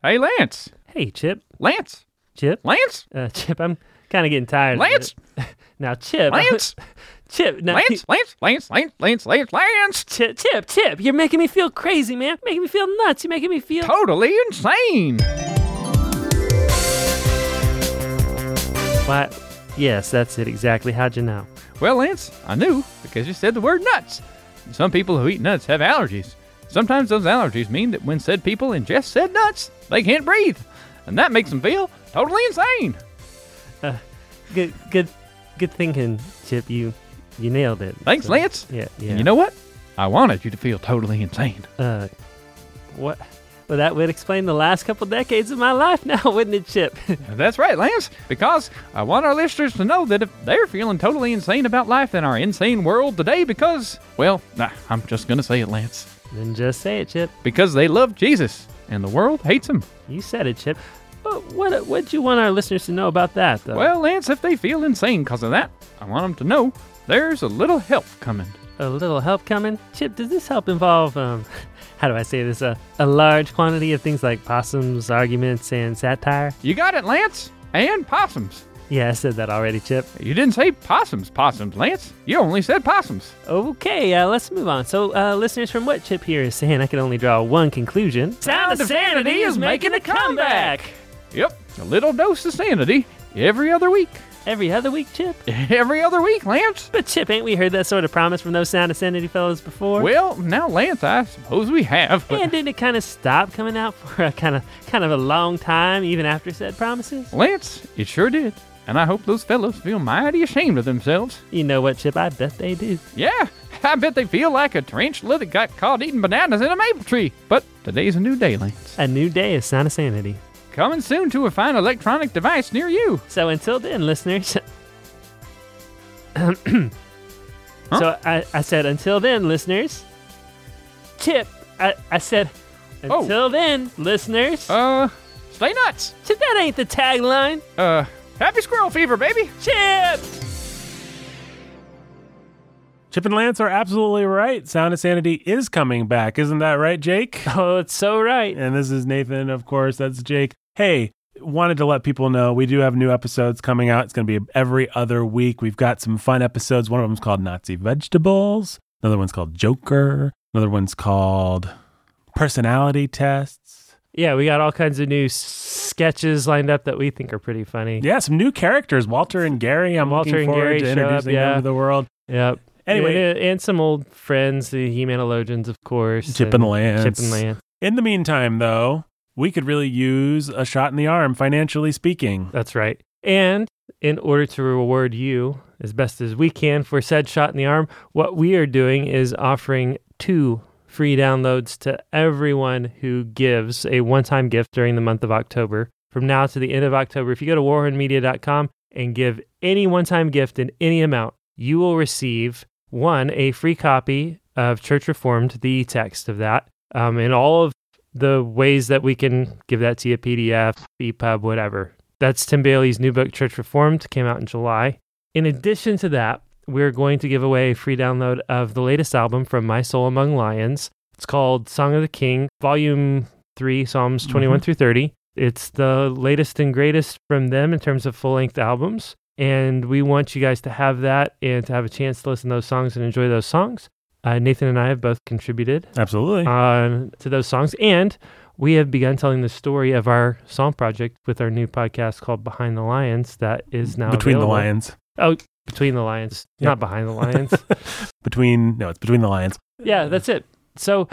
Hey, Lance. Hey, Chip. Lance. Chip. Lance. Uh, Chip, I'm kind of getting tired. Lance. Of it. now, Chip. Lance. Chip. Now, Lance. Lance. Lance. Lance. Lance. Lance. Lance. Chip, Chip, Chip, you're making me feel crazy, man. Making me feel nuts. You're making me feel. Totally insane. Why? Yes, that's it exactly. How'd you know? Well, Lance, I knew because you said the word nuts. Some people who eat nuts have allergies. Sometimes those allergies mean that when said people ingest said nuts, they can't breathe, and that makes them feel totally insane. Uh, good, good, good thinking, Chip. You, you nailed it. Thanks, So, Lance. Yeah, yeah. And you know what? I wanted you to feel totally insane. Uh, what? Well, that would explain the last couple decades of my life now, wouldn't it, Chip? That's right, Lance, because I want our listeners to know that if they're feeling totally insane about life in our insane world today, because, well, nah, I'm just going to say it, Lance, then just say it, Chip. because they love Jesus and the world hates him. You said it, Chip. But what what'd you want our listeners to know about that, though? Well, Lance, if they feel insane because of that, I want them to know there's a little help coming. a little help coming. Chip, does this help involve um, how do I say this? Uh, a large quantity of things like possums, arguments, and satire. You got it, Lance, and possums. Yeah, I said that already, Chip. You didn't say possums, possums, Lance. You only said possums. Okay, uh, let's move on. So, uh, listeners, from what Chip here is saying, I can only draw one conclusion. Sound of Sanity is making a comeback. Yep, a little dose of sanity every other week. Every other week, Chip. Every other week, Lance. But Chip, ain't we heard that sort of promise from those Sound of Sanity fellows before? Well, now Lance, I suppose we have. But and didn't it kind of stop coming out for a kind of kind of a long time, even after said promises? Lance, it sure did. And I hope those fellows feel mighty ashamed of themselves. You know what, Chip? I bet they do. Yeah, I bet they feel like a tarantula that got caught eating bananas in a maple tree. But today's a new day, Lance. A new day is Sound of Sanity. Coming soon to a fine electronic device near you. So until then, listeners. So I, I said, until then, listeners. Chip, I, I said, Oh. until then, listeners. Uh, stay nuts. Chip, that ain't the tagline. Uh, happy squirrel fever, baby. Chip! Chip and Lance are absolutely right. Sound of Sanity is coming back. Isn't that right, Jake? Oh, it's so right. And this is Nathan, of course. That's Jake. Hey, wanted to let people know we do have new episodes coming out. It's going to be every other week. We've got some fun episodes. One of them's called Nazi Vegetables. Another one's called Joker. Another one's called Personality Tests. Yeah, we got all kinds of new s- sketches lined up that we think are pretty funny. Yeah, some new characters. Walter and Gary. I'm Walter looking and forward Gary to show up, introducing yeah. them to the world. Yep. Anyway. and, uh, and some old friends, the Humanologians, of course. Chip and Lance. Chip and Lance. In the meantime, though, we could really use a shot in the arm, financially speaking. That's right. And in order to reward you as best as we can for said shot in the arm, what we are doing is offering two free downloads to everyone who gives a one time gift during the month of October. From now to the end of October, if you go to warhornmedia.com and give any one time gift in any amount, you will receive one, a free copy of Church Reformed, the text of that, um, and all of the ways that we can give that to you PDF, EPUB, whatever. That's Tim Bailey's new book, Church Reformed, came out in July. In addition to that, we're going to give away a free download of the latest album from My Soul Among Lions. It's called Song of the King, Volume 3, Psalms 21 through 30. It's the latest and greatest from them in terms of full length albums. And we want you guys to have that and to have a chance to listen to those songs and enjoy those songs. Uh, Nathan and I have both contributed Absolutely. uh, to those songs. And we have begun telling the story of our song project with our new podcast called Behind the Lions that is now between the available. lions. Oh, Between the Lions, Yeah. not Behind the Lions. between no, it's between the lions. yeah, that's it. So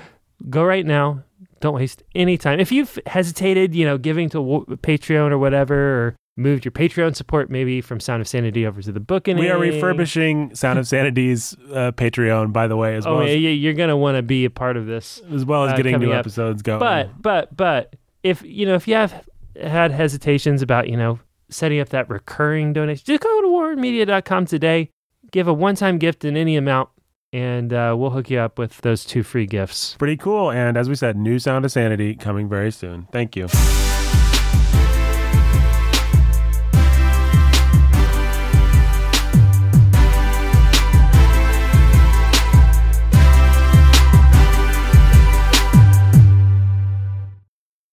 go right now. Don't waste any time. If you've hesitated, you know, giving to w- Patreon or whatever, or moved your Patreon support maybe from Sound of Sanity over to the Booking. We are refurbishing Sound of Sanity's uh, Patreon, by the way, as Oh, well yeah, as, yeah, you're gonna want to be a part of this. as well as uh, getting coming new up. episodes going. But but but if you know if you have had hesitations about you know setting up that recurring donation, just go to warrenmedia.com today. Give a one-time gift in any amount, and uh, we'll hook you up with those two free gifts. pretty cool. And as we said, new Sound of Sanity coming very soon. Thank you.